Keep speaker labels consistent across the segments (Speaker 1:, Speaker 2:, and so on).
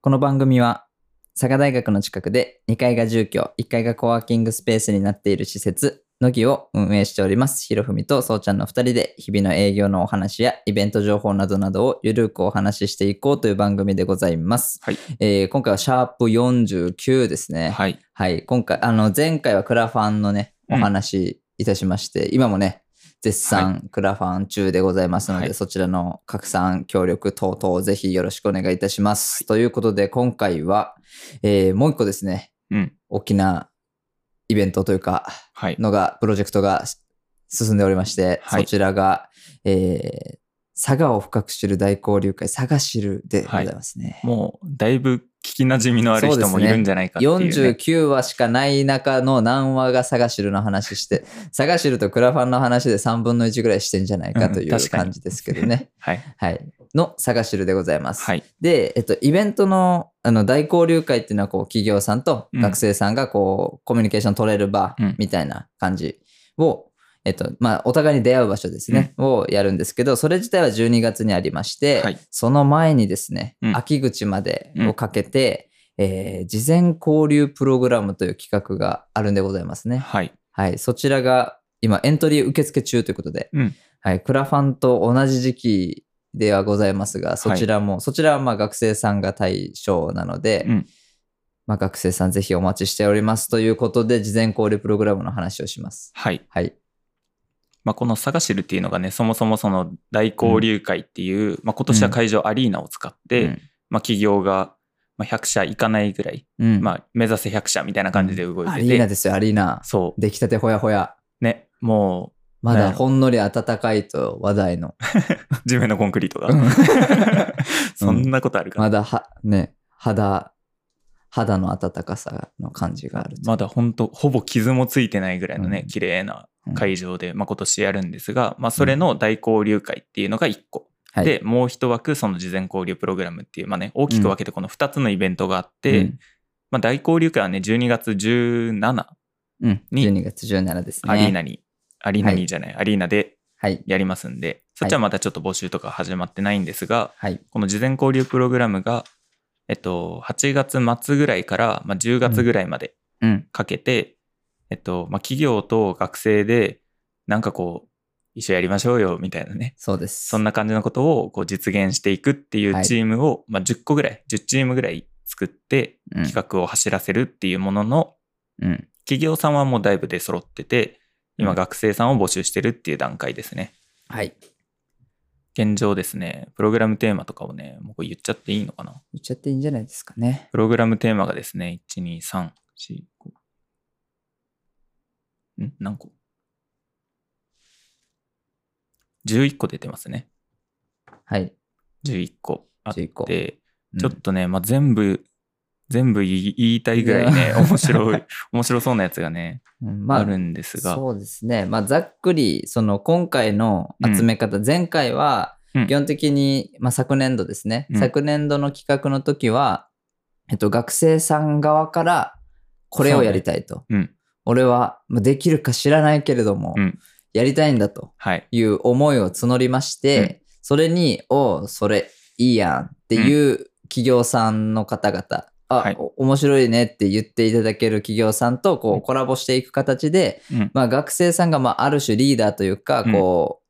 Speaker 1: この番組は佐賀大学の近くで2階が住居1階がコワーキングスペースになっている施設のぎを運営しておりますひろふみとそうちゃんの2人で日々の営業のお話やイベント情報などなどをゆるくお話ししていこうという番組でございます、
Speaker 2: はい
Speaker 1: えー今回はシャープ49ですねはい、
Speaker 2: はい。
Speaker 1: 今回あの前回はクラファンのね
Speaker 2: う
Speaker 1: お
Speaker 2: ん
Speaker 1: 話いたしまして、今もね絶賛クラファン中でございますので、
Speaker 2: はい
Speaker 1: そちらの拡散協力等々ぜひよろしくお願いいたします、ということで今回は、えーもう一個ですね
Speaker 2: うん。
Speaker 1: 大きなイベントというか
Speaker 2: はい。
Speaker 1: のが、プロジェクトが進んでおりまして、
Speaker 2: はい
Speaker 1: そちらが、えー佐賀を深く知る大交流会、佐賀知るでございますね。
Speaker 2: もう、だいぶ聞き馴染みのある人もいるんじゃないかっていう、ね。
Speaker 1: 49話しかない中の何話が佐賀知るの話して、佐賀知るとクラファンの話で3分の1ぐらいしてんじゃないかとい
Speaker 2: うん確
Speaker 1: う
Speaker 2: かに
Speaker 1: 感じですけどね。
Speaker 2: はい。
Speaker 1: はい。の佐賀知るでございます。
Speaker 2: はい。
Speaker 1: で、えっと、イベントのあの大交流会っていうのはこう企業さんと
Speaker 2: うん
Speaker 1: 学生さんがこう、コミュニケーション取れる場
Speaker 2: うん
Speaker 1: みたいな感じを、えっとまあ、お互いに出会う場所ですね、をやるんですけどそれ自体は12月にありまして、
Speaker 2: はい
Speaker 1: その前にですね、
Speaker 2: うん
Speaker 1: 秋口までをかけて、えー事前交流プログラムという企画があるんでございますね。
Speaker 2: はい。
Speaker 1: はい、そちらが今エントリー受付中ということで、
Speaker 2: うん
Speaker 1: はい、クラファンと同じ時期ではございますが、そちらも、そちらはまあ学生さんが対象なので、
Speaker 2: うん
Speaker 1: まあ、学生さんぜひお待ちしておりますということで、事前交流プログラムの話をします。
Speaker 2: はい。
Speaker 1: はい。
Speaker 2: まあ、このサガシルっていうのがね、そもそもその大交流会っていう、まあ、今年は会場アリーナを使って、まあ、企業が、まあ、100社いかないぐらい、
Speaker 1: うん、うん
Speaker 2: まあ、目指せ100社みたいな感じで動いて
Speaker 1: ア
Speaker 2: て、
Speaker 1: リーナですよ、アリーナ。
Speaker 2: そ
Speaker 1: 出来たてほやほや。
Speaker 2: う。ね。も
Speaker 1: ま
Speaker 2: な
Speaker 1: だ
Speaker 2: るほ
Speaker 1: ほんのり暖かいと話題の。
Speaker 2: う、地面のコンクリートが。 そんなことあるかな、
Speaker 1: まだは、ね、肌、肌の暖かさの感じがあると。
Speaker 2: まだほんと、ほぼ傷もついてないぐらいのね、
Speaker 1: うん
Speaker 2: 綺麗な
Speaker 1: うん
Speaker 2: 会場で、まあ、今年やるんですが、まあ、それの大交流会っていうのが1個、
Speaker 1: はい
Speaker 2: でもう1枠その事前交流プログラムっていう、まあね、大きく分けてこの2つのイベントがあって、
Speaker 1: うん
Speaker 2: まあ、大交流会はね12月17
Speaker 1: うん、
Speaker 2: に
Speaker 1: 12月17ですね。
Speaker 2: アリーナに、アリーナにじゃない、アリーナで
Speaker 1: はい。
Speaker 2: やりますんでそっちはまたちょっと募集とか始まってないんですが、
Speaker 1: はい。
Speaker 2: この事前交流プログラムが、えっと、8月末ぐらいから、まあ、10月ぐらいまで
Speaker 1: うん。
Speaker 2: かけて、えっと、まあ、企業と学生で、なんかこう、一緒やりましょうよ、みたいなね。
Speaker 1: そうです。
Speaker 2: そんな感じのことをこう実現していくってい
Speaker 1: はいう
Speaker 2: チームを、まあ、10個ぐらい、10チームぐらい作って
Speaker 1: うん
Speaker 2: 企画を走らせるっていうものの、
Speaker 1: うん。
Speaker 2: 企業さんはもうだいぶ出揃ってて、
Speaker 1: う
Speaker 2: 今
Speaker 1: ん
Speaker 2: 学生さんを募集してるっていう段階ですね。
Speaker 1: はい。
Speaker 2: 現状ですね、プログラムテーマとかをね、もうこれ言っちゃっていいのかな
Speaker 1: 言っちゃっていいんじゃないですかね。
Speaker 2: プログラムテーマがですね、1、2、3、4、5。ん何個 ?11 個出てますね。
Speaker 1: はい。
Speaker 2: 11個あっ
Speaker 1: 11個
Speaker 2: て、
Speaker 1: うん
Speaker 2: ちょっとね、まあ、全部、全部言い言いたいぐら
Speaker 1: い
Speaker 2: いね、
Speaker 1: や
Speaker 2: 面 白い、面白そうなやつがね、
Speaker 1: うん
Speaker 2: あ、
Speaker 1: まあ、
Speaker 2: るんですが。
Speaker 1: そうですね。まあ、ざっくり、その、今回の集め方、前回は、
Speaker 2: うん
Speaker 1: 基本的に、まあ、昨年度ですね。
Speaker 2: うん
Speaker 1: 昨年度の企画の時は、えっと、学生さん側から、これをやりたいと。
Speaker 2: うん。
Speaker 1: 俺は、まあできるか知らないけれども、
Speaker 2: うん
Speaker 1: やりたいんだと。
Speaker 2: はい。
Speaker 1: いう思いを募りまして、それに、おうそれいいやんっていう企業さんの方々、あ、
Speaker 2: はい
Speaker 1: お面白いねって言っていただける企業さんとこ
Speaker 2: う
Speaker 1: うんコラボしていく形で、
Speaker 2: うん。
Speaker 1: まあ、学生さんがまあある種リーダーというか、
Speaker 2: うん
Speaker 1: こ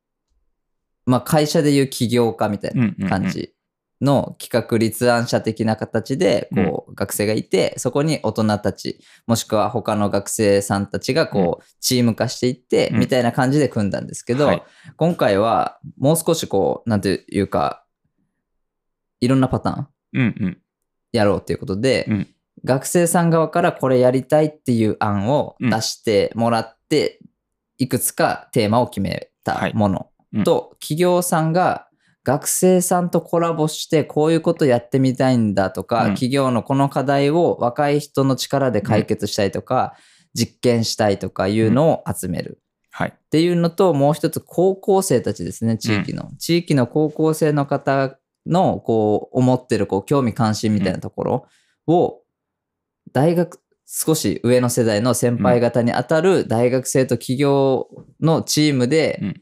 Speaker 1: う、まあ、会社でいう起業家みたい
Speaker 2: うんうんうん
Speaker 1: な感じの企画立案者的な形でこう学生がいて、そこに大人たちもしくは他の学生さんたちがこうチーム化していって、
Speaker 2: うん
Speaker 1: みたいな感じで組んだんですけど、
Speaker 2: はい
Speaker 1: 今回はもう少しこうなんていうかいろんなパターン
Speaker 2: うんうん。
Speaker 1: やろうということで、
Speaker 2: うん
Speaker 1: 学生さん側からこれやりたいっていう案を出してもらって、いくつかテーマを決めたもの
Speaker 2: うん
Speaker 1: と、企業さんが学生さんとコラボしてこういうことやってみたいんだとか、
Speaker 2: うん
Speaker 1: 企業のこの課題を若い人の力で解決したいとか、実験したいとかいうのを集める。
Speaker 2: はい。
Speaker 1: っていうのと、もう一つ高校生たちですね、地域の。地域の高校生の方の、こう、思ってる、こう、興味関心みたいなところを、大学、少し上の世代の先輩方に当たる大学生と企業のチーム
Speaker 2: う
Speaker 1: で
Speaker 2: ん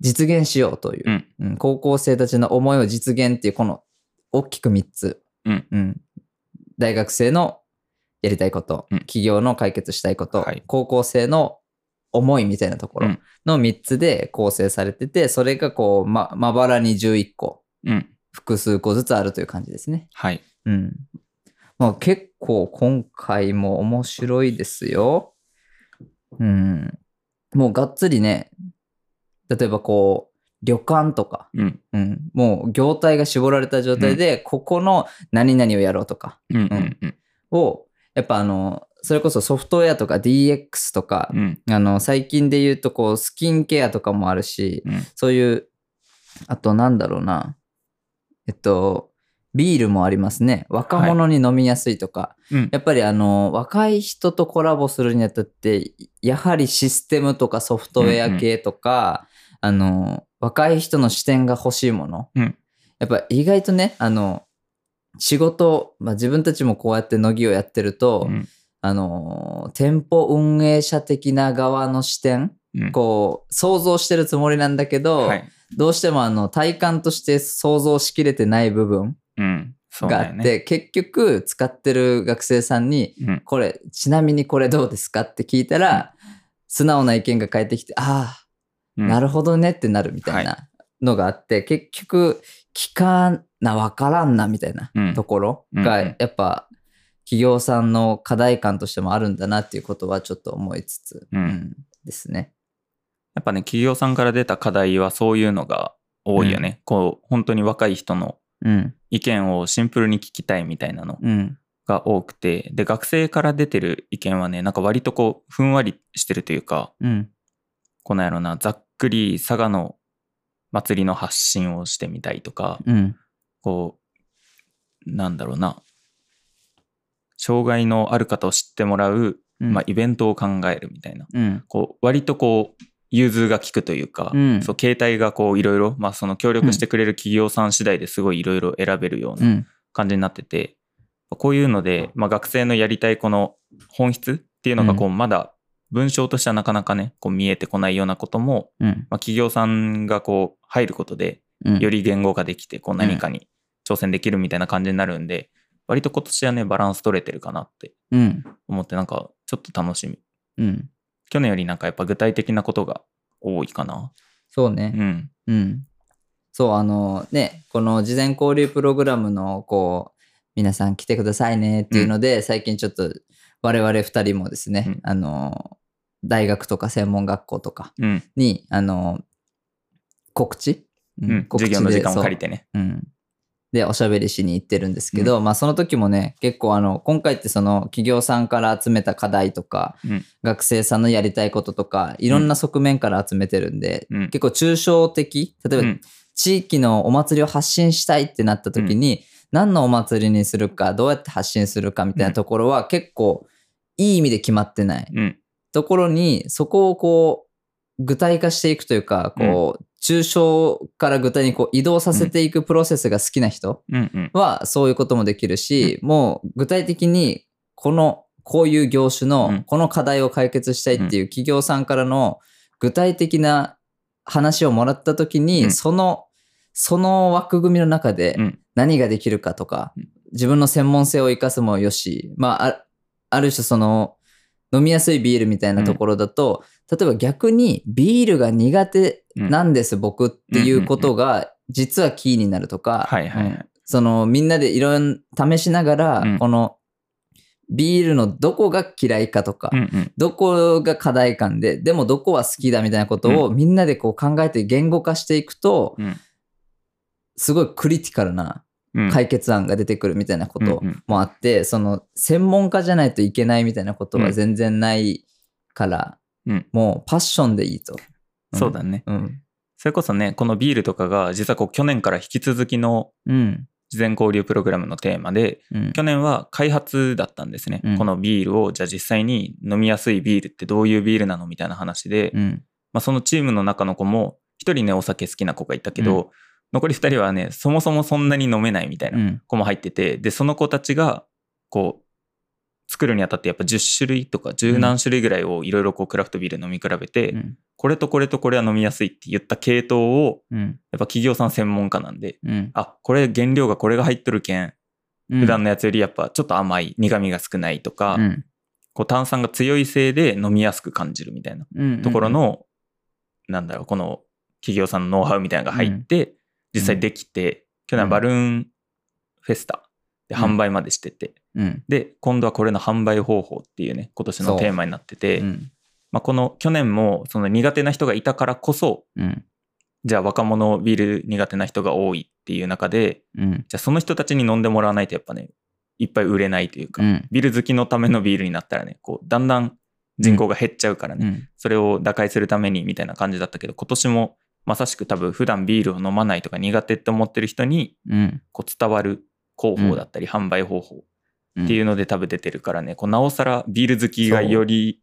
Speaker 1: 実現しようというう、
Speaker 2: ん。
Speaker 1: うん高校生たちの思いを実現っていう、この大きく3つ
Speaker 2: うん
Speaker 1: 大学生のやりたいこと、
Speaker 2: うん
Speaker 1: 企業の解決したいこと、
Speaker 2: はい
Speaker 1: 高校生の思いみたいなとこ
Speaker 2: う
Speaker 1: ろ
Speaker 2: ん
Speaker 1: の3つで構成されてて、それがこう、ま、まばらに11個、
Speaker 2: うん。
Speaker 1: 複数個ずつあるという感じですね。
Speaker 2: はい。
Speaker 1: うん。まあ結構今回も面白いですよ。うん。もうがっつりね、例えばこう、旅館とか、
Speaker 2: うん。
Speaker 1: うん、もう業態が絞られた状態で、ここの何々をやろうとか
Speaker 2: うん。うん。うん。
Speaker 1: を、やっぱあの、それこそソフトウェアとか DX とか
Speaker 2: う、ん。
Speaker 1: あの、最近で言うとこう、スキンケアとかもあるし、
Speaker 2: うん
Speaker 1: そういう、あとなんだろうな、えっと、ビールもありますね。若者に飲みやすいとか、
Speaker 2: うん。
Speaker 1: やっぱりあの、若い人とコラボするにあたって、やはりシステムとかソフトウェア系とか、あの、若い人の視点が欲しいもの。
Speaker 2: うん
Speaker 1: やっぱ意外とね、あの、仕事、まあ、自分たちもこうやって乃木をやってると、
Speaker 2: うん
Speaker 1: あの、店舗運営者的な側の視点、
Speaker 2: うん
Speaker 1: こう、想像してるつもりなんだけど、
Speaker 2: はい。
Speaker 1: どうしてもあの、体感として想像しきれてない部分
Speaker 2: うん。そう
Speaker 1: があ
Speaker 2: だよ
Speaker 1: って、
Speaker 2: ね。
Speaker 1: 結局使ってる学生さんに、
Speaker 2: うん。
Speaker 1: これ、ちなみにこれどうですかって聞いたら、素直な意見が返ってきて、ああ、な
Speaker 2: る
Speaker 1: るほどねってなるみたいなのがあって、結局、聞かな、わからんなみたいな
Speaker 2: うん
Speaker 1: ところ
Speaker 2: う
Speaker 1: が、
Speaker 2: んうん
Speaker 1: やっぱ、企業さんの課題感としてもあるんだなっていうことはちょっと思いつつ、
Speaker 2: うん
Speaker 1: ですね。
Speaker 2: やっぱね、企業さんから出た課題はそういうのが多いよね。こう、本当に若い人の
Speaker 1: うん、
Speaker 2: 意見をシンプルに聞きたいみたいなの
Speaker 1: うん、
Speaker 2: が多くて、で、学生から出てる意見はね、なんか割とこう、ふんわりしてるというか、
Speaker 1: うん、
Speaker 2: このやろな、ざっくり佐賀の祭りの発信をしてみたいとか、
Speaker 1: うん、
Speaker 2: こう、なんだろうな、障害のある方を知ってもらう、
Speaker 1: うん、
Speaker 2: まあ、イベントを考えるみたいな、
Speaker 1: うん、
Speaker 2: こう割とこう融通が利くというか、
Speaker 1: うん
Speaker 2: そう携帯がこういろいろ、まあ、その協力してくれる企業さん次第ですごいいろいろ選べるよう
Speaker 1: う、
Speaker 2: なん感じになってて、こういうので、まあ、学生のやりたいこの本質っていうのがこうまだ文章としてはなかなかねこう見えてこないようなことも、
Speaker 1: うん、
Speaker 2: まあ、企業さんがこう入ることで
Speaker 1: うん、
Speaker 2: より言語化できてこう何かに挑戦できるみたいな感じになるんで割と今年はねバランス取れてるかなって
Speaker 1: うん、
Speaker 2: 思ってなんかちょっと楽しみ
Speaker 1: うん、
Speaker 2: 去年よりなんかやっぱ具体的なことが多いかな。
Speaker 1: そうね。
Speaker 2: うん。
Speaker 1: うん。そう、あのね、この事前交流プログラムの、こう、皆さん来てくださいねっていうので、最近ちょっと我々2人もですね、
Speaker 2: うん
Speaker 1: あの、大学とか専門学校とか
Speaker 2: うん。
Speaker 1: に、あの、告知、う
Speaker 2: うん。
Speaker 1: 告
Speaker 2: 授
Speaker 1: 知
Speaker 2: 業の時間を
Speaker 1: そう
Speaker 2: 借りてね。
Speaker 1: うん。で、おしゃべりしに行ってるんですけど、まあその時もね、結構あの、今回ってその企業さんから集めた課題とか、
Speaker 2: うん
Speaker 1: 学生さんのやりたいこととか、いろんな側面から集めてるんで、
Speaker 2: うん
Speaker 1: 結構抽象的、例えば
Speaker 2: うん
Speaker 1: 地域のお祭りを発信したいってなった時に、何のお祭りにするか、どうやって発信するかみたいなところは結構いい意味で決まってない。
Speaker 2: うん。
Speaker 1: ところに、そこをこう、具体化していくというか、こう、抽象から具体にこう移動させていくプロセスが好きな人
Speaker 2: うん。うん。
Speaker 1: は、そういうこともできるし、もう具体的に、この、こういう業種
Speaker 2: う
Speaker 1: の
Speaker 2: ん、
Speaker 1: この課題を解決したいっていう企業さんからの具体的な話をもらったとき
Speaker 2: う
Speaker 1: に、
Speaker 2: ん
Speaker 1: その、その枠組みの中で
Speaker 2: うん
Speaker 1: 何ができるかとか
Speaker 2: うん、
Speaker 1: 自分の専門性を生かすもよし、まあ、あある種その、飲みやすいビールみたいなところだと、例えば逆にビールが苦手なんです、僕っていうことが、実はキーになるとか、
Speaker 2: はいはいは
Speaker 1: うん
Speaker 2: い。
Speaker 1: そのみんなでいろいろ試しながら、
Speaker 2: うん
Speaker 1: このビールのどこが嫌いかとか、
Speaker 2: うんうん。
Speaker 1: どこが課題感ででもどこは好きだみたいなことをみんなでこう考えて言語化していくと、
Speaker 2: うん
Speaker 1: すごいクリティカルな
Speaker 2: うん。
Speaker 1: 解決案が出てくるみたいなこと
Speaker 2: うんうん
Speaker 1: もあって、その専門家じゃないといけないみたいなことは全然ないから、
Speaker 2: うん
Speaker 1: もうパッションでいいと。
Speaker 2: そうだね。
Speaker 1: うん
Speaker 2: それこそね、このビールとかが実はこう去年から引き続きの
Speaker 1: うん
Speaker 2: 事前交流プログラムのテーマで、
Speaker 1: うん
Speaker 2: 去年は開発だったんですね。
Speaker 1: うん
Speaker 2: このビールを、じゃあ実際に飲みやすいビールってどういうビールなのみたいな話で、
Speaker 1: うん
Speaker 2: まあ、そのチームの中の子も、一人ね、お酒好きな子がいたけど、残り二人はね、そもそもそんなに飲めないみたいな
Speaker 1: う。ん
Speaker 2: 子も入っててでその子たちがこう作るにあたってやっぱ10種類とか十何種類ぐらいをいろいろこうクラフトビール飲み比べて、
Speaker 1: うん
Speaker 2: これとこれとこれは飲みやすいって言った系統を
Speaker 1: うん
Speaker 2: やっぱ企業さん専門家なんで
Speaker 1: うん
Speaker 2: あこれ原料がこれが入っとるけん
Speaker 1: うん
Speaker 2: 普段のやつよりやっぱちょっと甘い、苦味が少ないとか、
Speaker 1: うん
Speaker 2: こう炭酸が強いせいで飲みやすく感じるみたいな
Speaker 1: うんうん
Speaker 2: ところの、なんだろう、この企業さんのノウハウみたいなのが入って、実際できて、去年はバルーンフェスタで販売までしてて、
Speaker 1: うん
Speaker 2: で、今度はこれの販売方法っていうね、今年
Speaker 1: そ
Speaker 2: の
Speaker 1: う
Speaker 2: テーマになってて、
Speaker 1: うん
Speaker 2: まあ、この去年もその苦手な人がいたからこそ、
Speaker 1: うん
Speaker 2: じゃあ若者ビール苦手な人が多いっていう中で、
Speaker 1: うん
Speaker 2: じゃあその人たちに飲んでもらわないとやっぱね、いっぱい売れないというか、
Speaker 1: うん
Speaker 2: ビール好きのためのビールになったらね、こう、だんだん人口が減っちゃうからね、
Speaker 1: うん
Speaker 2: それを打開するためにみたいな感じだったけど、今年もまさしく多分普段ビールを飲まないとか苦手って思ってる人に
Speaker 1: うん
Speaker 2: こう伝わる広報だったり販売方法っていうので多分出てるからね、こうなおさらビール好きがより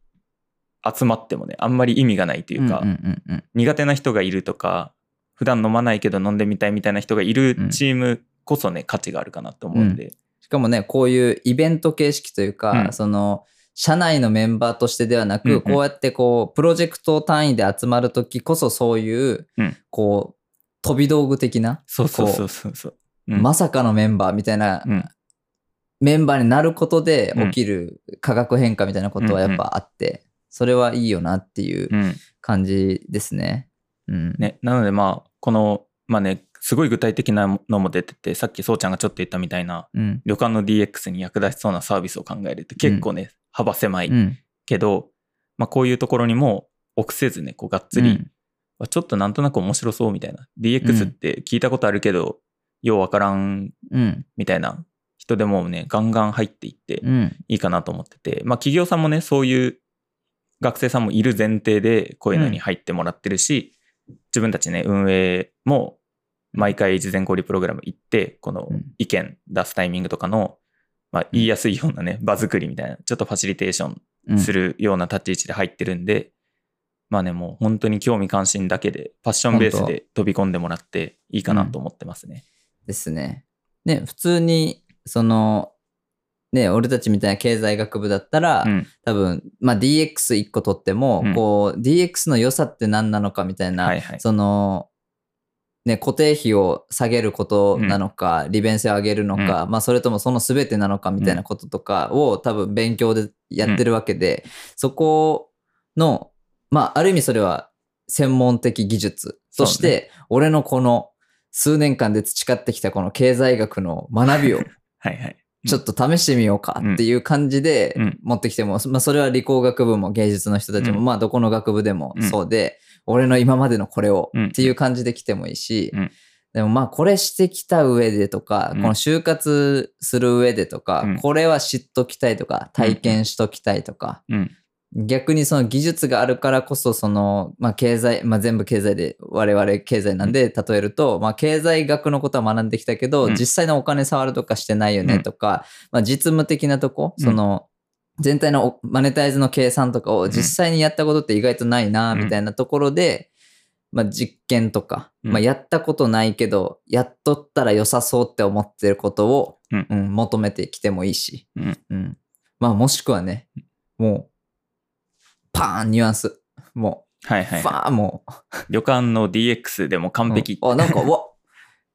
Speaker 2: 集まってもね、あんまり意味がないというか、
Speaker 1: うんうんうん
Speaker 2: 苦手な人がいるとか、普段飲まないけど飲んでみたいみたいな人がいるチームこそね、価値があるかなと思うんで、
Speaker 1: しかもね、こういうイベント形式というか、
Speaker 2: うん
Speaker 1: その、社内のメンバーとしてではなく、
Speaker 2: うんうん
Speaker 1: こうやってこう、プロジェクト単位で集まるときこそそういう、
Speaker 2: うん
Speaker 1: こう、飛び道具的な、
Speaker 2: そうそう
Speaker 1: こう
Speaker 2: そうそうそう。うん
Speaker 1: まさかのメンバーみたいな、
Speaker 2: うん
Speaker 1: メンバーになることで
Speaker 2: う
Speaker 1: 起
Speaker 2: ん
Speaker 1: きる化学変化みたいなことはやっぱあって、それはいいよなっていう
Speaker 2: うん
Speaker 1: 感じですね。うん。
Speaker 2: ね、なのでまあこのまあねすごい具体的なのも出ててさっきそうちゃんがちょっと言ったみたいな
Speaker 1: うん。
Speaker 2: 旅館の DX に役立ちそうなサービスを考えるって結構ね、幅狭い
Speaker 1: うん。
Speaker 2: けど、まあ、こういうところにも臆せずねこうがっつり、まあちょっとなんとなく面白そうみたいな DX って聞いたことあるけど、ようわからん
Speaker 1: うん。
Speaker 2: みたいな人でもねガンガン入っていって
Speaker 1: うん。
Speaker 2: いいかなと思ってて、まあ、企業さんもねそういう学生さんもいる前提でこういうのに入ってもらってるし、自分たちね運営も毎回事前交流プログラム行ってこの
Speaker 1: うん
Speaker 2: 意見出すタイミングとかの、まあ、言いやすいようなね場作りみたいなちょっとファシリテーション
Speaker 1: うん。
Speaker 2: するような立ち位置で入ってるんで、まあねもう本当に興味関心だけでパッションベース
Speaker 1: 本
Speaker 2: で飛び込んでもらっていいかなと思ってますね。
Speaker 1: ですね。ね、普通に、その、ね、俺たちみたいな経済学部だったら、
Speaker 2: うん
Speaker 1: 多分、まあ、DX1 個取っても、
Speaker 2: うん
Speaker 1: こう、DX の良さって何なのかみたいな、
Speaker 2: はいはい
Speaker 1: その、ね、固定費を下げることなのか、利便性を上げるのか、まあ、それともその全てなのかみたいなこととかを多分勉強でやってるわけで、そこの、まあ、ある意味それは専門的技術とし
Speaker 2: そう
Speaker 1: て、俺のこの数年間で培ってきたこの経済学の学びを
Speaker 2: はいはい
Speaker 1: ちょっと試してみようかっていう感じで
Speaker 2: うん
Speaker 1: 持ってきても、まあ、それは理工学部も芸術の人たちも、
Speaker 2: うん
Speaker 1: まあどこの学部でもそうで、俺の今までのこれを
Speaker 2: うん
Speaker 1: っていう感じで来てもいいし、
Speaker 2: うん
Speaker 1: でもまあこれしてきた上でとか、
Speaker 2: うん
Speaker 1: この就活する上でとか、
Speaker 2: うん
Speaker 1: これは知っときたいとか体験しときたいとか、
Speaker 2: うん
Speaker 1: 逆にその技術があるからこそその、まあ、経済、まあ、全部経済で我々経済なんで例えると、まあ、経済学のことは学んできたけど、
Speaker 2: うん
Speaker 1: 実際のお金触るとかしてないよねとか、まあ、実務的なとこ
Speaker 2: うん
Speaker 1: その、全体のおマネタイズの計算とかを実際にやったことって意外とないな
Speaker 2: うん
Speaker 1: みたいなところで、まあ、実験とか、
Speaker 2: うん
Speaker 1: まあ、やったことないけどやっとったら良さそうって思ってることを、
Speaker 2: うん
Speaker 1: うん求めてきてもいいし、
Speaker 2: うん
Speaker 1: うんまあもしくはねもうパーンニュアンスも
Speaker 2: はいは
Speaker 1: う
Speaker 2: い
Speaker 1: ファーも
Speaker 2: 旅館の DX でも
Speaker 1: う、
Speaker 2: 完璧、
Speaker 1: うんあなん かうわ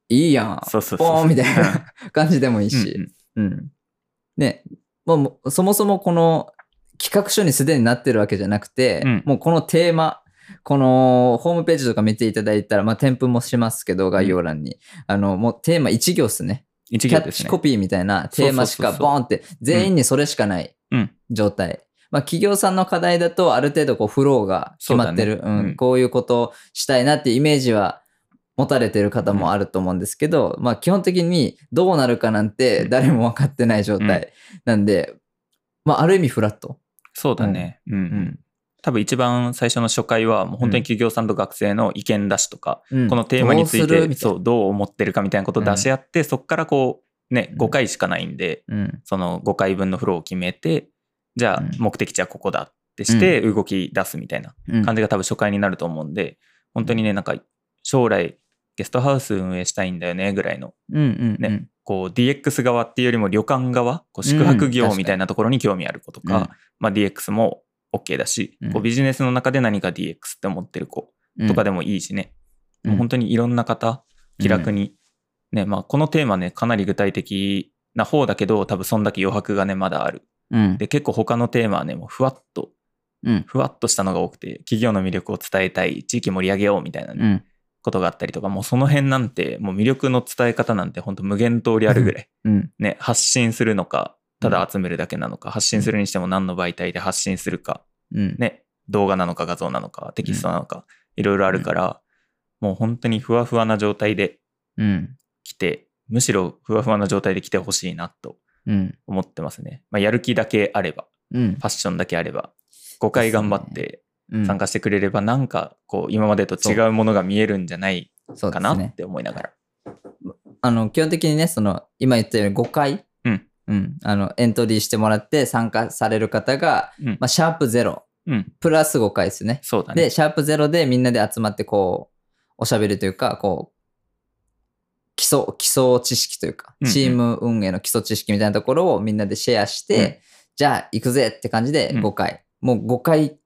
Speaker 1: いいやん
Speaker 2: そうそうそう
Speaker 1: ポーンみたいな感じでもいいし、
Speaker 2: うんうん
Speaker 1: うん。ね、まあもうそもそもこの企画書にすでになってるわけじゃなくて、
Speaker 2: うん
Speaker 1: もうこのテーマ、このホームページとか見ていただいたら、まあ、添付もしますけど、概要欄に。あの、もうテーマ1行っすね。
Speaker 2: 一
Speaker 1: キャ
Speaker 2: 行
Speaker 1: ッ
Speaker 2: です
Speaker 1: チ
Speaker 2: ね。
Speaker 1: コピーみたいなテーマしか
Speaker 2: そうそうそうそう
Speaker 1: ボーンって、全員にそれしかない
Speaker 2: うん
Speaker 1: 状態。まあ、企業さんの課題だと、ある程度こうフローが決まってる
Speaker 2: そう
Speaker 1: う、
Speaker 2: だねうん
Speaker 1: ん。こういうことをしたいなっていうイメージは持たれてる方もあると思うんですけど、まあ、基本的にどうなるかなんて
Speaker 2: うん
Speaker 1: 誰も分かってない状態なんで、まあ、ある意味フラット。
Speaker 2: そうだね。うん、うん、
Speaker 1: ん
Speaker 2: 多分一番最初の初回は、もう本当に企業さんと学生の意見出しとか、
Speaker 1: うん
Speaker 2: このテーマについ
Speaker 1: どうする
Speaker 2: て
Speaker 1: みたい
Speaker 2: そ
Speaker 1: な
Speaker 2: うどう思ってるかみたいなことを出し合って、そこからこう、ね、
Speaker 1: うん
Speaker 2: 5回しかないんで、
Speaker 1: うん
Speaker 2: その5回分のフローを決めて、じゃあ
Speaker 1: うん
Speaker 2: 目的地はここだってして、動き出すみたいな
Speaker 1: うん
Speaker 2: 感じが多分初回になると思うんで、本当にね、なんか将来、ゲストハウス運営したいんだよねぐらいの、
Speaker 1: うんうんうん
Speaker 2: ねこう DX 側っていうよりも旅館側、こう宿泊業みたいなところに興味ある子とか、まあ、DX も OK だし、
Speaker 1: うん
Speaker 2: こうビジネスの中で何か DX って思ってる子
Speaker 1: うん
Speaker 2: とかでもいいしね、
Speaker 1: うん
Speaker 2: もう本当にいろんな方気楽に、ねまあ、このテーマねかなり具体的な方だけど、多分そんだけ余白がね、まだある。
Speaker 1: うん。
Speaker 2: で、結構他のテーマはね、もうふわっと、
Speaker 1: うん。
Speaker 2: ふわっとしたのが多くて、企業の魅力を伝えたい、地域盛り上げようみたいなね、
Speaker 1: うん。
Speaker 2: ことがあったりとか、もうその辺なんて、もう魅力の伝え方なんて本当無限通りあるぐらい、
Speaker 1: うん。
Speaker 2: ね、発信するのか、ただ集めるだけなのか、発信するにしても何の媒体で発信するか、
Speaker 1: うん。
Speaker 2: ね、動画なのか画像なのか、テキストなのか、いろいろあるから、もう本当にふわふわな状態で
Speaker 1: うん。
Speaker 2: 来て、むしろふわふわな状態で来てほしいなと
Speaker 1: うん。
Speaker 2: 思ってますね。まあ、やる気だけあれば、
Speaker 1: うん
Speaker 2: ファッションだけあれば、5回頑張って
Speaker 1: うん。
Speaker 2: 参加してくれれば、なんかこう、今までと違うものが見えるんじゃない
Speaker 1: そうで
Speaker 2: か
Speaker 1: す
Speaker 2: な
Speaker 1: ね
Speaker 2: っ。て思いながら。
Speaker 1: あの、基本的にね、その、今言ったように5回、
Speaker 2: うん
Speaker 1: あの、エントリーしてもらって参加される方が、
Speaker 2: うん
Speaker 1: まあ、シャープゼロ、
Speaker 2: うん、
Speaker 1: プラス5回ですね。
Speaker 2: そうだね。
Speaker 1: で、シャープゼロでみんなで集まって、こう、おしゃべりというか、こう、基礎、基礎知識というか
Speaker 2: う、んうん
Speaker 1: チーム運営の基礎知識みたいなところをみんなでシェアして、
Speaker 2: うん
Speaker 1: じゃあ行くぜって感じで
Speaker 2: うん
Speaker 1: 5回。もう5回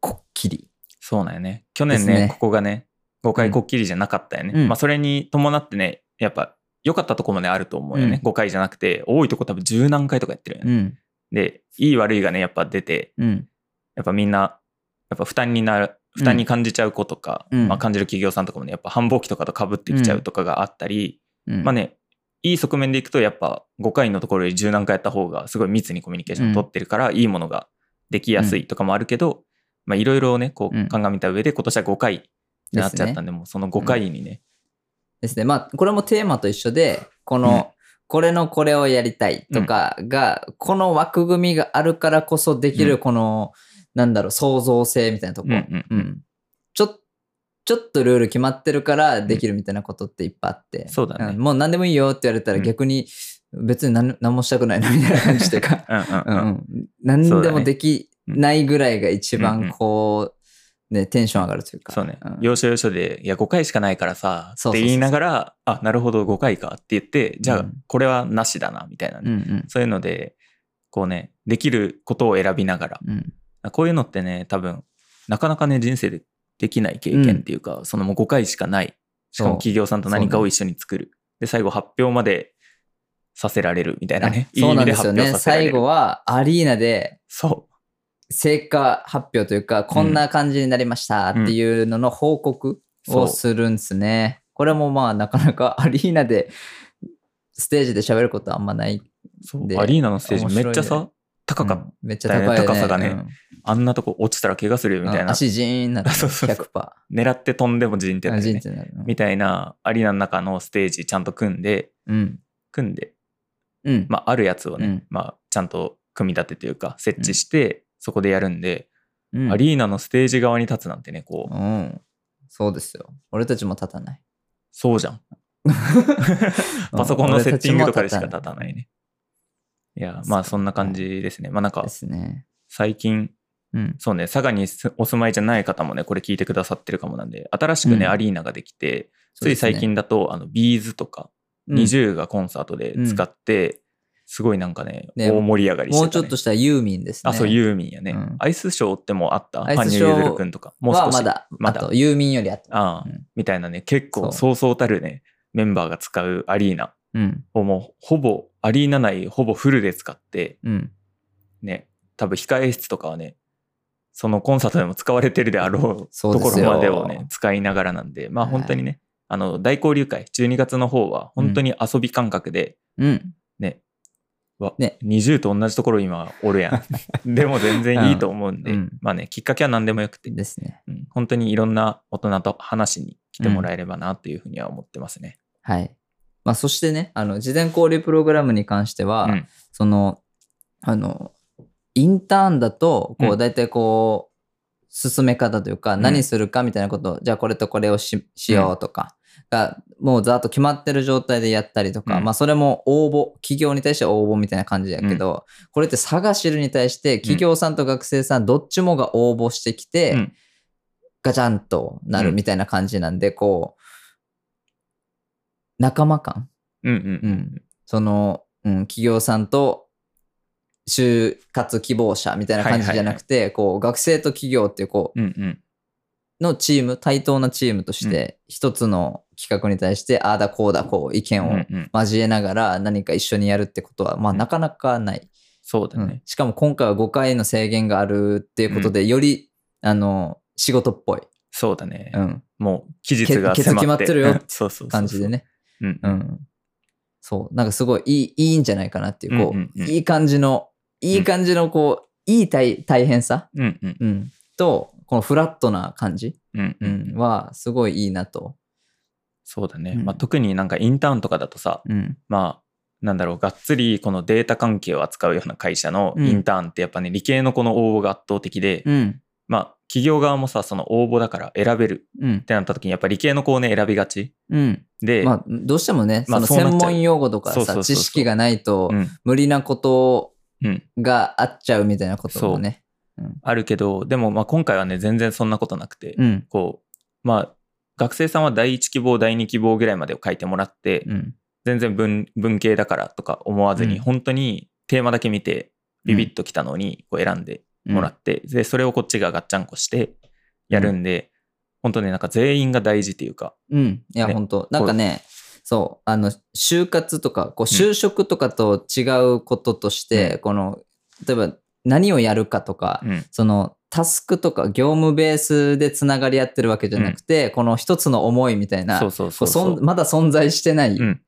Speaker 1: こっきり。
Speaker 2: そうなんよね。去年
Speaker 1: で
Speaker 2: ね、
Speaker 1: すね
Speaker 2: ここがね、5回こっきりじゃなかったよね。
Speaker 1: うん
Speaker 2: まあ、それに伴ってね、やっぱ、良かったとこもね、あると思うよね。
Speaker 1: う
Speaker 2: 5回じゃなくて、多いとこ多分十何回とかやってるよね。
Speaker 1: うん。
Speaker 2: で、いい悪いがね、やっぱ出て、
Speaker 1: うん。
Speaker 2: やっぱみんな、やっぱ負担になる、負担に感じちゃう子とか、
Speaker 1: うん
Speaker 2: まあ、感じる企業さんとかもね、やっぱ繁忙期とかと被ってきちゃうとかがあったり、
Speaker 1: うん。
Speaker 2: まあね、いい側面でいくと、やっぱ5回のところより十何回やった方が、すごい密にコミュニケーションを取ってるから、いいものができやすいとかもあるけど、まあいろいろね、こ
Speaker 1: うん
Speaker 2: う、鑑みた上で、今年は5回になっちゃったんで、もうその5回にね、
Speaker 1: ですね。まあ、これもテーマと一緒で、この、これのこれをやりたいとかが、この枠組みがあるからこそでき
Speaker 2: う
Speaker 1: る、この、なんだろう、創造性みたいなとこ
Speaker 2: うん
Speaker 1: ろ。
Speaker 2: うん
Speaker 1: うん。ちょ、ちょっとルール決まってるからできるみたいなことっていっぱいあって。
Speaker 2: そうだね
Speaker 1: んもう何でもいいよって言われたら
Speaker 2: うん
Speaker 1: 逆に、別に何何もしたくないなみたいな感じというか。
Speaker 2: うんうん
Speaker 1: うん うん
Speaker 2: う。
Speaker 1: ん、何でもできないぐらいが一
Speaker 2: うんう
Speaker 1: 番
Speaker 2: ん
Speaker 1: こう、ね、テンション上がるというか。
Speaker 2: そうね
Speaker 1: ん。
Speaker 2: 要所要所で、いや、5回しかないからさ、
Speaker 1: そうそうそうそ
Speaker 2: っ
Speaker 1: う
Speaker 2: て言いながら、あ、なるほど、5回かって言って、じゃ
Speaker 1: う
Speaker 2: あ
Speaker 1: ん、
Speaker 2: これはなしだな、みたいな
Speaker 1: うん
Speaker 2: ね。そういうので、こうね、できることを選びながら、
Speaker 1: うんうん。
Speaker 2: こういうのってね、多分、なかなかね、人生でできない経験っていうか、そのもう5回しかない。しかも
Speaker 1: そう
Speaker 2: 企業さんと何かを一緒に作る。で、最後発表までさせられるみたいなね。
Speaker 1: そうなん
Speaker 2: い
Speaker 1: で
Speaker 2: い意味
Speaker 1: すよ
Speaker 2: 発
Speaker 1: ね。
Speaker 2: 表させられ
Speaker 1: 最
Speaker 2: る
Speaker 1: 後はアリーナで
Speaker 2: そ
Speaker 1: 成果発表というか、こんな感じになりましたっていうのの報告をするんですね。これもまあなかなか アリーナでステージで喋ることはあんまない。
Speaker 2: う。そう
Speaker 1: で
Speaker 2: アリーナのステー
Speaker 1: 面
Speaker 2: ジ
Speaker 1: 白いね
Speaker 2: めっちゃさ、高かった。
Speaker 1: めっちゃ高い、ね。
Speaker 2: 高さがね
Speaker 1: うん
Speaker 2: あんなとこ落ちたら怪我するよみたい
Speaker 1: うん
Speaker 2: な。
Speaker 1: 足ジーンなって
Speaker 2: そうそうそう
Speaker 1: 100%。パ
Speaker 2: 狙って飛んでも陣ってな
Speaker 1: ー
Speaker 2: るよ
Speaker 1: ジーンっ
Speaker 2: ね。
Speaker 1: てなる。
Speaker 2: みたいな、アリーナの中のステージちゃんと組んで、
Speaker 1: うん。
Speaker 2: 組んで、
Speaker 1: うん。
Speaker 2: まあ、あるやつをね、
Speaker 1: うん
Speaker 2: まあ、ちゃんと組み立てというか、設置して、そこでやるんで、
Speaker 1: うん
Speaker 2: アリーナのステージ側に立つなんてね、こう、
Speaker 1: うん。そうですよ。俺たちも立た ない。
Speaker 2: そうじゃん。パソコンのセッティングとかでしか立たないね。いや、まあそんな感じですね。まあなんか
Speaker 1: ですね。
Speaker 2: 最近、
Speaker 1: うん。
Speaker 2: そうね、佐賀にすお住まいじゃない方もね、これ聞いてくださってるかもなんで、新しくね、
Speaker 1: うん
Speaker 2: アリーナができて、
Speaker 1: そう
Speaker 2: つ
Speaker 1: で
Speaker 2: い
Speaker 1: すね
Speaker 2: 最近だと、あの、ビーズとか、
Speaker 1: うん
Speaker 2: 20がコンサートで使って、すごいなんかね、
Speaker 1: ね
Speaker 2: 大盛り上がりしてた、
Speaker 1: も
Speaker 2: ね。
Speaker 1: うちょっとしたらユーミンですね。
Speaker 2: あ、そう、ユーミンやね。
Speaker 1: うん
Speaker 2: アイスショーってもうあった
Speaker 1: アイ
Speaker 2: 羽
Speaker 1: ス
Speaker 2: 生
Speaker 1: ショー
Speaker 2: 結弦君とか。もう
Speaker 1: は
Speaker 2: 少し。
Speaker 1: まだ、
Speaker 2: ま
Speaker 1: ま
Speaker 2: だ
Speaker 1: だ。ユーミンよりあった。
Speaker 2: ああ、
Speaker 1: うん
Speaker 2: みたいなね、結構
Speaker 1: そ
Speaker 2: そうそうたるね、メンバーが使うアリーナ
Speaker 1: うん。
Speaker 2: をもうほぼ、アリーナ内ほぼフルで使って、
Speaker 1: うん。
Speaker 2: ね、多分控え室とかはね、そのコンサートでも使われてるであろう
Speaker 1: そう
Speaker 2: と
Speaker 1: ですよ
Speaker 2: ころまでをね、使いながらなんで、まあ
Speaker 1: はい
Speaker 2: 本当にね、あの、大交流会、12月の方は本当に遊び感覚で、
Speaker 1: うん。
Speaker 2: ね、わ、
Speaker 1: ね
Speaker 2: 20と同じところ今おるや ん。でも全然いいと思うんで、
Speaker 1: うん
Speaker 2: まあね、きっかけは何でもよくて、
Speaker 1: ですね。
Speaker 2: うん本当にいろんな大人と話しに来てもらえればなというふうには思ってますね。
Speaker 1: はい。まあ、そしてね、あの、事前交流プログラムに関しては、
Speaker 2: うん
Speaker 1: その、あの、インターンだと、こ
Speaker 2: う
Speaker 1: う、
Speaker 2: ん
Speaker 1: 大体こう、進め方というか、
Speaker 2: ん
Speaker 1: 何するかみたいなことを、じゃあこれとこれをししようとか、が、もうざっと決まってる状態でやったりとか、
Speaker 2: うん
Speaker 1: まあ、それも応募、企業に対して応募みたいな感じやけど、これって探しるに対して、企業さんと学生さん、どっちもが応募してきて、
Speaker 2: うん
Speaker 1: ガチャンとなるみたいな感じなんで、こう、仲間感
Speaker 2: うんうんう
Speaker 1: うんん。その、うん、企業さんと就活希望者みたいな感じじゃなくて、こう学生と企業っていうこう
Speaker 2: うんうん。
Speaker 1: のチーム、対等なチームとして、一つの企画に対して、ああだこうだこう意見
Speaker 2: う
Speaker 1: を
Speaker 2: んうん
Speaker 1: 交えながら何か一緒にやるってことは、まあ
Speaker 2: うん
Speaker 1: なかなかない。
Speaker 2: そうだ
Speaker 1: うん
Speaker 2: ね。
Speaker 1: しかも今回は5回の制限があるっていうことで、より、あの、仕事っぽい、
Speaker 2: そうだね
Speaker 1: う。ん、
Speaker 2: もう期日が迫っ
Speaker 1: け
Speaker 2: て
Speaker 1: ケツ決まってるよ
Speaker 2: そうそうそうそう
Speaker 1: 感じで。ね。
Speaker 2: うん
Speaker 1: う
Speaker 2: うん
Speaker 1: ん。そう。なんかすごいいい、いいんじゃないかなっていう、こ
Speaker 2: うんうん
Speaker 1: う、
Speaker 2: うん
Speaker 1: いい感じの、いい感じの、こう、いい大大変さ、
Speaker 2: うんうん
Speaker 1: うん、と、このフラットな感じ、
Speaker 2: うん
Speaker 1: う
Speaker 2: うんん、
Speaker 1: は、すごいいいなと。
Speaker 2: そうだね、
Speaker 1: うん
Speaker 2: まあ、特になんかインターンとかだとさ
Speaker 1: うん。
Speaker 2: まあなんだろうがっつりこのデータ関係を扱うような会社のインターンってやっぱね、理系のこの応募が圧倒的で、
Speaker 1: うん。
Speaker 2: まあ企業側もさその応募だから選べる
Speaker 1: うん
Speaker 2: っ。てなった時にやっぱ理系の子をね選びがち
Speaker 1: うん。
Speaker 2: で、
Speaker 1: まあ、どうしてもね、そ
Speaker 2: まあ
Speaker 1: の
Speaker 2: そうなっち
Speaker 1: 専
Speaker 2: ゃう
Speaker 1: 門用語とか
Speaker 2: そうそうそ
Speaker 1: さ、
Speaker 2: うそう
Speaker 1: 知識がないと
Speaker 2: う、ん
Speaker 1: 無理なこと
Speaker 2: うん、
Speaker 1: があっちゃうみたいなこともね。
Speaker 2: あるけどでもまあ今回はね全然そんなことなくて、
Speaker 1: うん。
Speaker 2: こうまあ学生さんは第一希望第二希望ぐらいまでを書いてもらって、
Speaker 1: うん。
Speaker 2: 全然文文系だからとか思わずに、
Speaker 1: うん
Speaker 2: 本当にテーマだけ見てビビッときたのにこう選んでもらって、でそれをこっちがガッチャンコしてやるんで、本当ねなんか全員が大事っていうか
Speaker 1: うん。いや、
Speaker 2: ね
Speaker 1: 本当なんかね、そう、あの、就活とか、こう、就職とかと違うこととして、この、例えば何をやるかとか、
Speaker 2: うん
Speaker 1: その、タスクとか業務ベースでつながり合ってるわけじゃなくて、この一つの思いみたいな、
Speaker 2: そうそうそうそ
Speaker 1: こうそん
Speaker 2: う
Speaker 1: まだ存在してない、
Speaker 2: うん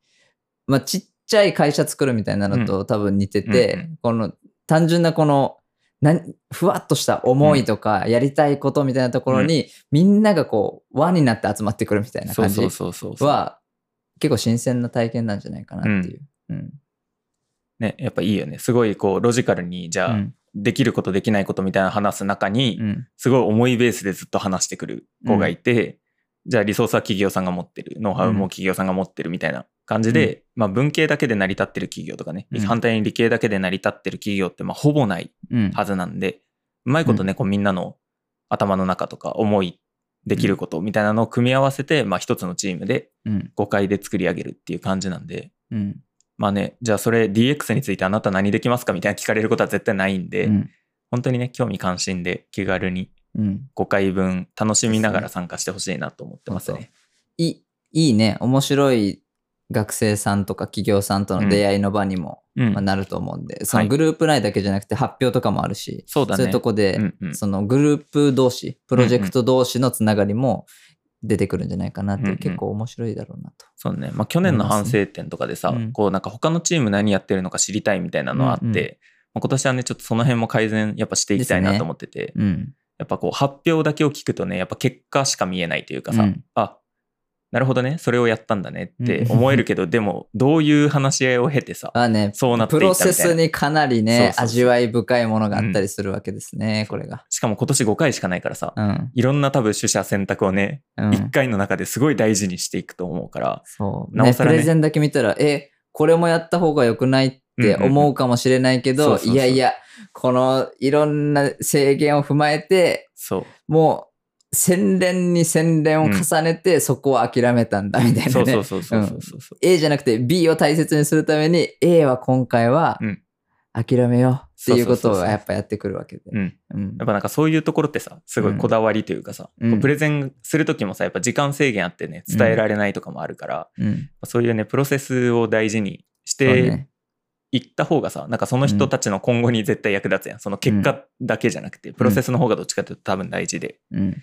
Speaker 1: まあ、ちっちゃい会社作るみたいなのと多分似てて、
Speaker 2: うんう
Speaker 1: この単純なこのなんふわっとした思いとかやりたいことみたいなところに、みんながこう輪になって集まってくるみたいな
Speaker 2: そ
Speaker 1: 感
Speaker 2: う
Speaker 1: じ
Speaker 2: そうそうそうそう
Speaker 1: は結構新鮮な体験なんじゃないかなっていう。うん
Speaker 2: ねやっぱいいよねすごいこうロジカルにじ
Speaker 1: う
Speaker 2: ゃあ、
Speaker 1: ん
Speaker 2: できることできないことみたいなの話す中に、
Speaker 1: うん
Speaker 2: すごい重いベースでずっと話してくる子がいて、じゃあリソースは企業さんが持ってるノウハウも企業さんが持ってるみたいな感じで、まあ、文系だけで成り立ってる企業とかね、
Speaker 1: うん
Speaker 2: 反対に理系だけで成り立ってる企業ってまあほぼない
Speaker 1: うん
Speaker 2: はずなんでうまいことねこうみんなの頭の中とか思いできることみたいなのを組み合わせて、まあ、一つのチームで
Speaker 1: うん
Speaker 2: 5回で作り上げるっていう感じなんで。
Speaker 1: うん
Speaker 2: まあね、じゃあそれ DX についてあなた何できますかみたいな聞かれることは絶対ないんで、
Speaker 1: うん
Speaker 2: 本当にね興味関心で気軽に
Speaker 1: うん
Speaker 2: 5回分楽しみながら参加してほしいなと思ってますね。
Speaker 1: いいいいね面白い学生さんとか企業さんとの出会いの場にも
Speaker 2: うん
Speaker 1: まあ、なると思うんで、そ
Speaker 2: は
Speaker 1: の
Speaker 2: い
Speaker 1: グループ内だけじゃなくて発表とかもあるし、
Speaker 2: そうだね。
Speaker 1: そういうとこで、
Speaker 2: うんうん
Speaker 1: そのグループ同士、プロジェクト同士のつながりも出てくるんじゃないかなっていう、
Speaker 2: うんうん
Speaker 1: 結構面白いだろうなと。
Speaker 2: そうね。まあ、去年の反省点とかでさ、
Speaker 1: うん
Speaker 2: こうなんか他のチーム何やってるのか知りたいみたいなのあって、
Speaker 1: うんうん
Speaker 2: まあ今年はね、ちょっとその辺も改善やっぱしていきたいなと思ってて、
Speaker 1: うん。
Speaker 2: やっぱこう発表だけを聞くとね、やっぱ結果しか見えないというかさ、
Speaker 1: うん
Speaker 2: あ、なるほどね、それをやったんだねって
Speaker 1: うん
Speaker 2: 思えるけど、でもどういう話し合いを経てさ、
Speaker 1: まあね、
Speaker 2: そうなって
Speaker 1: プ
Speaker 2: いった
Speaker 1: ロ
Speaker 2: みたい
Speaker 1: セ
Speaker 2: な。
Speaker 1: スにかなりね
Speaker 2: そうそうそう
Speaker 1: 味わい深いものがあったりするわけですね、これが。
Speaker 2: しかも今年5回しかないからさ、
Speaker 1: うん。
Speaker 2: いろんな多分取捨選択をね、
Speaker 1: うん、
Speaker 2: 1回の中ですごい大事にしていくと思うから、
Speaker 1: そう、
Speaker 2: なお
Speaker 1: ね
Speaker 2: さらね
Speaker 1: プレゼンだけ見たら、え、これもやった方が良くないって思うかもしれないけ
Speaker 2: うんう
Speaker 1: ど、
Speaker 2: んうんそうそうそう
Speaker 1: いやいや、このいろんな制限を踏まえて、
Speaker 2: そう
Speaker 1: もう洗練に洗練を重ねてそこを諦めたんだみたい
Speaker 2: そ
Speaker 1: な
Speaker 2: うそ
Speaker 1: ね
Speaker 2: う。そうそうそうそうそう。
Speaker 1: A じゃなくて B を大切にするために A は今回は
Speaker 2: うん
Speaker 1: 諦めようっていうこと
Speaker 2: そうそう
Speaker 1: を
Speaker 2: そうそう
Speaker 1: やっぱやってくるわけで。
Speaker 2: うん、
Speaker 1: うん
Speaker 2: やっぱなんかそういうところってさすごいこだわりというかさ、
Speaker 1: うん
Speaker 2: こうプレゼンする時もさやっぱ時間制限あってね伝えられないとかもあるから、
Speaker 1: うん
Speaker 2: そういうねプロセスを大事にし
Speaker 1: そう
Speaker 2: て
Speaker 1: ね
Speaker 2: いった方がさ、なんかその人たちの今後に絶対役立つやんその結果だけじゃなくてプロセスの方がどっちかというと多分大事で、
Speaker 1: うん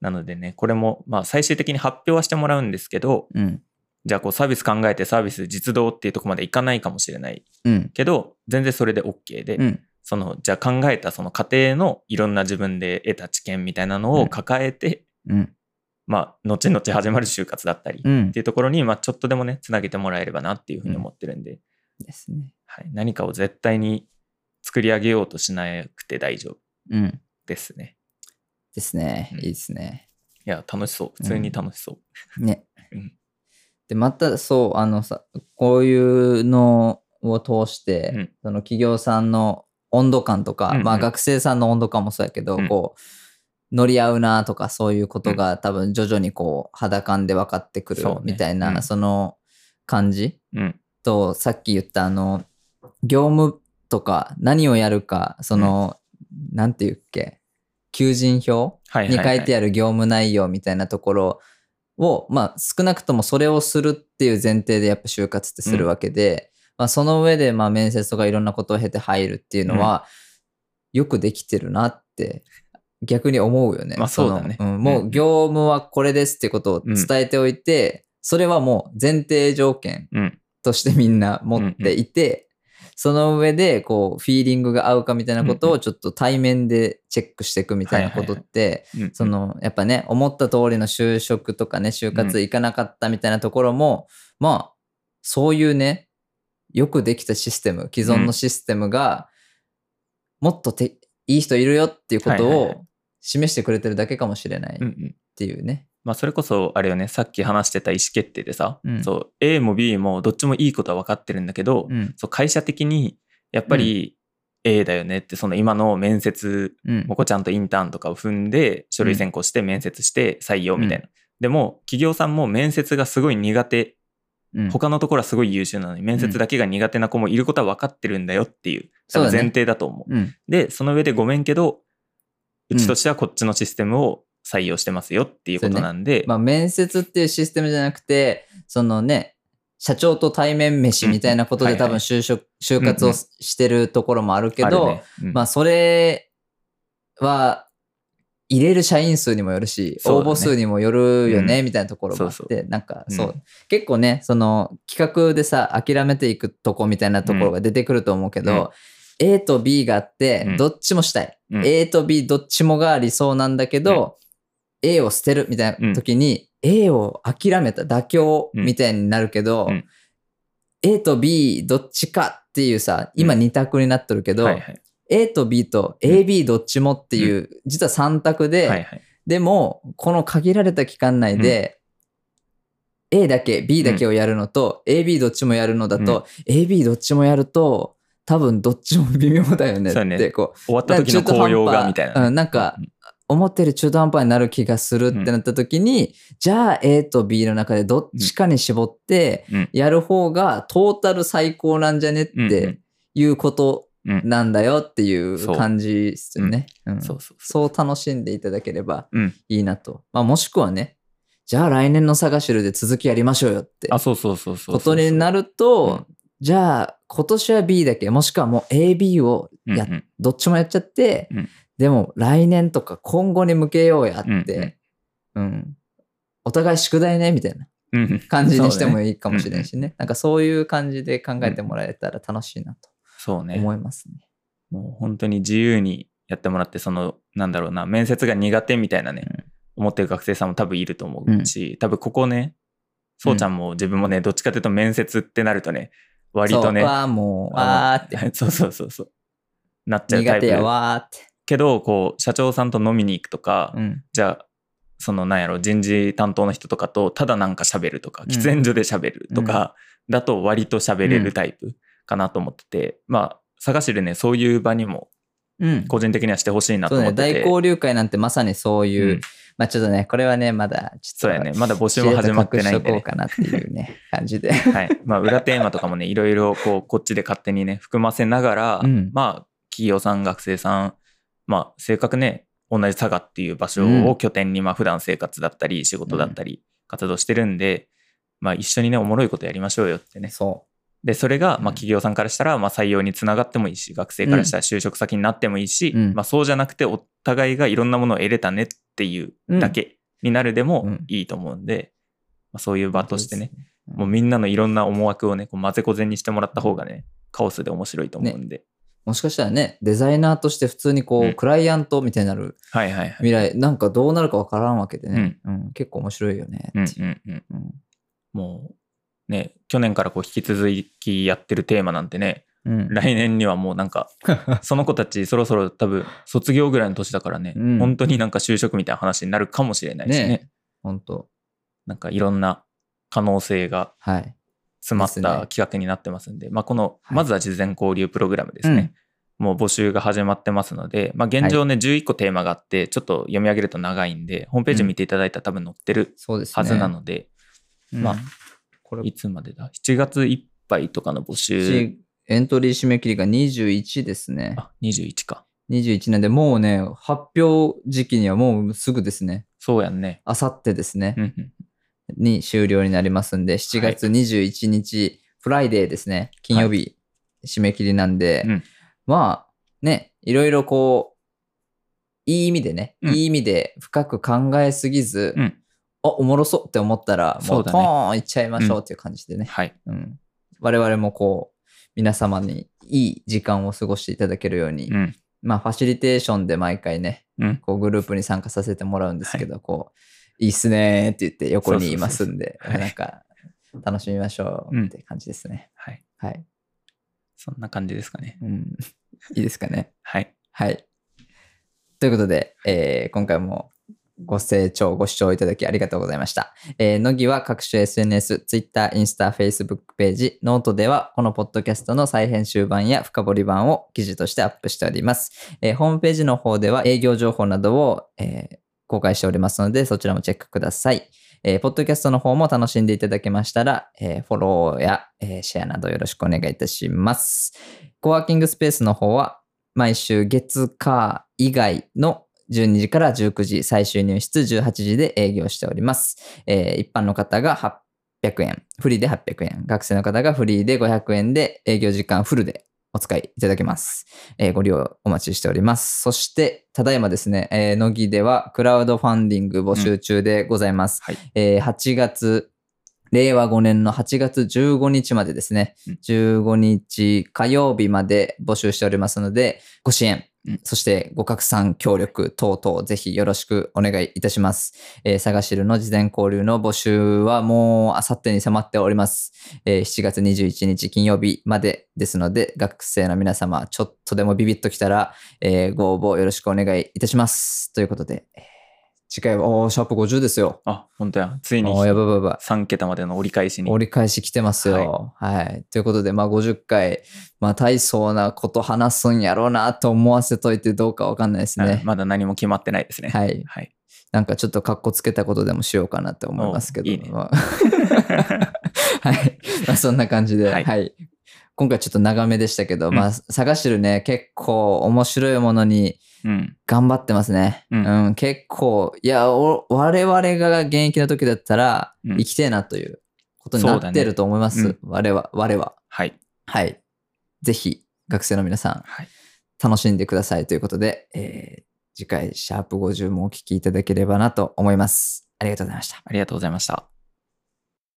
Speaker 2: なのでねこれもまあ最終的に発表はしてもらうんですけど
Speaker 1: うん
Speaker 2: じゃあこうサービス考えてサービス実動っていうところまでいかないかもしれない
Speaker 1: うん
Speaker 2: けど全然それで OK で、
Speaker 1: うん
Speaker 2: そのじゃあ考えたその過程のいろんな自分で得た知見みたいな
Speaker 1: う
Speaker 2: の
Speaker 1: ん
Speaker 2: を抱えて、
Speaker 1: うん
Speaker 2: まあ後々始まる就活だったりっ
Speaker 1: うん
Speaker 2: ていうところに、まあ、ちょっとでもねつなげてもらえればなっていうふうに思ってるんで、
Speaker 1: ですね。
Speaker 2: はい、何かを絶対に作り上げようとしなくて大丈夫
Speaker 1: うん
Speaker 2: ですね
Speaker 1: ですね。
Speaker 2: うん
Speaker 1: いいですね。
Speaker 2: いや楽しそう普通に楽しそう、
Speaker 1: ね
Speaker 2: うん。
Speaker 1: でまたそうあのさこういうのを通して、
Speaker 2: うん
Speaker 1: その企業さんの温度感とか、
Speaker 2: うんうん
Speaker 1: まあ、学生さんの温度感もそうやけど、
Speaker 2: うん
Speaker 1: こう乗り合うなとかそういうことが多分徐々にこう肌感で分かってくる
Speaker 2: そうね
Speaker 1: みたいな、
Speaker 2: うん
Speaker 1: その感じ
Speaker 2: うん
Speaker 1: とさっき言ったあの業務とか何をやるかその、なんて言うっけ求人票
Speaker 2: はいは
Speaker 1: に
Speaker 2: い、は
Speaker 1: 書
Speaker 2: い。
Speaker 1: いてある業務内容みたいなところを、まあ、少なくともそれをするっていう前提でやっぱ就活ってするわけで、まあ、その上でまあ面接とかいろんなことを経て入るっていうのは、よくできてるなって逆に思うよね。
Speaker 2: まあそうだね
Speaker 1: そのんもう業務はこれですってことを伝えておいて、それはもう前提条件
Speaker 2: うん。
Speaker 1: としてみんな持っていて、その上でこうフィーリングが合うかみたいなこと
Speaker 2: うん
Speaker 1: をちょっと対面でチェックしていくみたいなことって
Speaker 2: うん
Speaker 1: そ、のやっぱね思った通りの就職とかね就活行かなかったみたいなところも、まあそういうねよくできたシステム既存のシステムが、もっとていい人いるよっていうこと
Speaker 2: はいはいはい
Speaker 1: を示してくれてるだけかもしれない
Speaker 2: うん
Speaker 1: っ
Speaker 2: うん。
Speaker 1: ていうね。
Speaker 2: まあ、それこそ、あれよね、さっき話してた意思決定でさ、
Speaker 1: うん
Speaker 2: そう、A も B もどっちもいいことは分かってるんだけど、
Speaker 1: うん
Speaker 2: そう会社的に、やっぱり A だよねって、その今の面接
Speaker 1: うん
Speaker 2: もこちゃんとインターンとかを踏んで書類選考して面接して採用みたいな、でも企業さんも面接がすごい苦手
Speaker 1: うん
Speaker 2: 他のところはすごい優秀なのに面接だけが苦手な子もいることは分かってるんだよっていう
Speaker 1: そ
Speaker 2: 多
Speaker 1: うだ
Speaker 2: 分
Speaker 1: ね
Speaker 2: 前提だと思う
Speaker 1: うん
Speaker 2: でその上でごめんけど
Speaker 1: う
Speaker 2: うんちとしてはこっちのシステムを採用してますよっていうことなんで、
Speaker 1: まあ、面接っていうシステムじゃなくてそのね社長と対面飯みたいなこと
Speaker 2: う
Speaker 1: で
Speaker 2: んは
Speaker 1: 多
Speaker 2: いはい
Speaker 1: 分就職、就活をしてるところもあるけど、
Speaker 2: あるねうん
Speaker 1: まあそれは入れる社員数にもよるし、
Speaker 2: そ
Speaker 1: 応
Speaker 2: うだね
Speaker 1: 募数にもよるよね、
Speaker 2: う
Speaker 1: みたいなところもあって
Speaker 2: そう
Speaker 1: なんか
Speaker 2: うん
Speaker 1: そう、結構ねその企画でさ諦めていくとこみたいなところが出てくると思うけど、A と B があって、
Speaker 2: うん
Speaker 1: どっちもしたい、
Speaker 2: うん
Speaker 1: A と B どっちもが理想なんだけど、A を捨てるみたいな時に、A を諦めた妥協みたいになるけど、
Speaker 2: うん
Speaker 1: A と B どっちかっていうさ今
Speaker 2: う
Speaker 1: 2択になってるけど、
Speaker 2: はいはい
Speaker 1: A と B と
Speaker 2: うん
Speaker 1: AB どっちもっていう、実は3択で、
Speaker 2: はいはい
Speaker 1: でもこの限られた期間内で、A だけ B だけをやるのと、AB どっちもやるのだと、AB どっちもやると多分どっちも微妙だよねっ
Speaker 2: そうね
Speaker 1: てこう
Speaker 2: 終わった時の紅葉がみたいな、
Speaker 1: うんなんか思ってる中途半端になる気がするってなった時に、じゃあ A と B の中でどっちかに絞って
Speaker 2: うん
Speaker 1: やる方がトータル最高なんじゃねっ
Speaker 2: うん
Speaker 1: ていうこと
Speaker 2: うん
Speaker 1: なんだよっていう
Speaker 2: そう
Speaker 1: 感じですよね。うん
Speaker 2: そうそうそう
Speaker 1: そう楽しんでいただければ
Speaker 2: うん
Speaker 1: いいなと。まあ、もしくはねじゃあ来年の探しるで続きやりましょうよって
Speaker 2: あそうそうそうそう
Speaker 1: ことになるとじゃあ今年は B だけもしくはもう AB を
Speaker 2: うん
Speaker 1: やっ
Speaker 2: うん
Speaker 1: どっちもやっちゃって、
Speaker 2: うん
Speaker 1: でも来年とか今後に向けようやって、うんお互い宿題ねみたいな
Speaker 2: うんうん
Speaker 1: 感じにして
Speaker 2: そう
Speaker 1: も
Speaker 2: ね
Speaker 1: いいかもしれないしねなんかそういう感じで考えてもらえたら楽しいなと
Speaker 2: そうね
Speaker 1: 思いますね。
Speaker 2: もう本当に自由にやってもらって、その、なんだろうな、面接が苦手みたいなね、思ってる学生さんも多分いると思うし、多分ここね、そうちゃんも自分もね、どっちかというと面接ってなるとね、割とね、
Speaker 1: そうわあもうわあって
Speaker 2: て。 そうそうそうそう。なっちゃうタ
Speaker 1: 苦
Speaker 2: イプ
Speaker 1: 手やわあって。
Speaker 2: けど、こう、社長さんと飲みに行くとか、
Speaker 1: うん
Speaker 2: じゃあ、そのなんやろ、人事担当の人とかと、ただなんか喋るとか、
Speaker 1: うん
Speaker 2: 喫煙所で喋るとか、だと割と喋れるタイプかなと思ってて、まあ、探しでね、そういう場にも
Speaker 1: うん
Speaker 2: 個人的にはしてほしいなと
Speaker 1: そう
Speaker 2: 思っ
Speaker 1: ね
Speaker 2: てて。
Speaker 1: 大交流会なんてまさにそういう、
Speaker 2: うん
Speaker 1: まあちょっとねこれはねまだち
Speaker 2: そ
Speaker 1: ょ
Speaker 2: う
Speaker 1: っと
Speaker 2: やね。まだ募集も始まってないん
Speaker 1: 隠し
Speaker 2: で、ね
Speaker 1: とこう。かなっていうね 感じで。
Speaker 2: はい。まあ、裏テーマとかもね、いろいろこう、こっちで勝手にね、含ませながら、
Speaker 1: うん
Speaker 2: まあ、企業さん、学生さん、まあ、性格ね、同じ佐賀っていう場所
Speaker 1: うん
Speaker 2: を拠点に、まあ、普段生活だったり、仕事だったり、活動してるんで、まあ、一緒にね、おもろいことやりましょうよってね。
Speaker 1: そ
Speaker 2: で、それが、
Speaker 1: うん
Speaker 2: まあ、企業さんからしたら、まあ、採用につながってもいいし、学生からしたら就職先になってもいいし、
Speaker 1: うん
Speaker 2: まあ、そうじゃなくて、お互いがいろんなものを得れたねっていうだけになるで
Speaker 1: う
Speaker 2: も
Speaker 1: ん
Speaker 2: いいと思うんで、まあ、そういう場
Speaker 1: う
Speaker 2: としてね、
Speaker 1: うん
Speaker 2: もうみんなのいろんな思惑をね、こう混ぜこぜにしてもらった方がね、カオスで面白いと思うんで。
Speaker 1: もしかしたらねデザイナーとして普通にこう、
Speaker 2: うん
Speaker 1: クライアントみたいになる
Speaker 2: はいはいはい。
Speaker 1: 未来なんかどうなるかわからんわけでね、うん結構面白いよね
Speaker 2: うん
Speaker 1: っていう
Speaker 2: うんうん。
Speaker 1: うん
Speaker 2: もう、ね、去年からこう引き続きやってるテーマなんてね、
Speaker 1: うん
Speaker 2: 来年にはもうなん か、その子たちそろそろ多分卒業ぐらいの年だからね、
Speaker 1: うん
Speaker 2: 本当になんか就職みたいな話になるかもしれないしね、
Speaker 1: ね本当
Speaker 2: なんかいろんな可能性が
Speaker 1: はい
Speaker 2: 詰まっ
Speaker 1: ですね
Speaker 2: た企画になってますんで、まあこの、
Speaker 1: はい
Speaker 2: まずは事前交流プログラムですね。もう募集が始まってますので、まあ、現状ね、11個テーマがあって、ちょっと読み上げると長いんで、ホームページ見ていただいたら多分載ってる
Speaker 1: そうですね
Speaker 2: はずなので、
Speaker 1: うん
Speaker 2: まあ
Speaker 1: これ
Speaker 2: いつまでだ ?7 月いっぱいとかの募集、
Speaker 1: エントリー締め切りが21ですね
Speaker 2: あ、21か。
Speaker 1: 21年でもうね、発表時期にはもうすぐですね、
Speaker 2: そうやんね。
Speaker 1: あさってですね、
Speaker 2: うんうん。
Speaker 1: に終了になりますんで、7月21日、フライデーですね、金曜日、締め切りなんで、
Speaker 2: うん
Speaker 1: まあ、ね、いろいろこう、いい意味でね、
Speaker 2: うん
Speaker 1: いい意味で深く考えすぎず、
Speaker 2: うん
Speaker 1: あ、おもろそうって思ったら、も
Speaker 2: そううだ
Speaker 1: ポ
Speaker 2: ね
Speaker 1: ーンいっちゃいましょうっていう感じでね、
Speaker 2: はい。
Speaker 1: うん我々もこう、皆様にいい時間を過ごしていただけるように、
Speaker 2: うん。
Speaker 1: まあ、ファシリテーションで毎回ね、
Speaker 2: うん。
Speaker 1: こうグループに参加させてもらうんですけど、こう、いいっすねーって言って横にいますんで、
Speaker 2: そうそうそうそうはい
Speaker 1: なんか、楽しみましょうって感じですね。
Speaker 2: はい。
Speaker 1: はい。
Speaker 2: そんな感じですかね。
Speaker 1: うん。いいですかね。
Speaker 2: はい。
Speaker 1: はい。ということで、えー今回もご清聴、ご視聴いただきありがとうございました。えー、乃木は各種 SNS、Twitter、インスタ、Facebook ページ、ノートではこのポッドキャストの再編集版や深掘り版を記事としてアップしております。えーホームページの方では営業情報などを、えー公開しておりますので、そちらもチェックください。えーポッドキャストの方も楽しんでいただけましたら、えーフォローや、えーシェアなどよろしくお願いいたします。コワーキングスペースの方は、毎週月火以外の12時から19時、最終入室18時で営業しております。えー一般の方が800円、フリーで800円、学生の方がフリーで500円で営業時間フルでお使いいただけます。えーご利用お待ちしております。そして、ただいまですね、えー、乃木ではクラウドファンディング募集中でございます。
Speaker 2: はい
Speaker 1: えー8月、令和5年の8月15日までですね、
Speaker 2: うん
Speaker 1: 15日火曜日まで募集しておりますので、ご支援、
Speaker 2: うん
Speaker 1: そしてご拡散協力等々ぜひよろしくお願いいたします。えー、探しるの事前交流の募集はもうあさってに迫っております。えー7月21日金曜日までですので、学生の皆様、ちょっとでもビビッときたら、えーご応募よろしくお願いいたします。ということで、えー次回は、おーシャープ50ですよ。
Speaker 2: あ、本当や。ついに
Speaker 1: おーやばいやばいやばい。
Speaker 2: 3桁までの折り返しに。
Speaker 1: 折り返し来てますよ。はい。ということで、まあ、50回、まあ、大層なこと話すんやろうなと思わせといてどうかわかんないです
Speaker 2: うん
Speaker 1: ね。
Speaker 2: まだ何も決まってないですね。。
Speaker 1: はいい。
Speaker 2: はい。
Speaker 1: なんかちょっとかっこつけたことでもしようかなって思いますけど。
Speaker 2: おい いね
Speaker 1: まあはい。まあ、そんな感じで、は、
Speaker 2: はいい
Speaker 1: 今回ちょっと長めでしたけど、
Speaker 2: うん
Speaker 1: まあ、探してるね、結構面白いものに
Speaker 2: うん。
Speaker 1: 頑張ってますね。う、
Speaker 2: うん
Speaker 1: 結構、いやお、我々が現役の時だったら、
Speaker 2: うん
Speaker 1: 生きてえなということにな
Speaker 2: そう
Speaker 1: っ
Speaker 2: だ
Speaker 1: て
Speaker 2: ね
Speaker 1: ると思います。
Speaker 2: うん
Speaker 1: 我は、我は。
Speaker 2: はい。
Speaker 1: はい。ぜひ、学生の皆さん、
Speaker 2: はい。
Speaker 1: 楽しんでくださいということで、えー次回、シャープ50もお聞きいただければなと思います。ありがとうございました。
Speaker 2: ありがとうございました。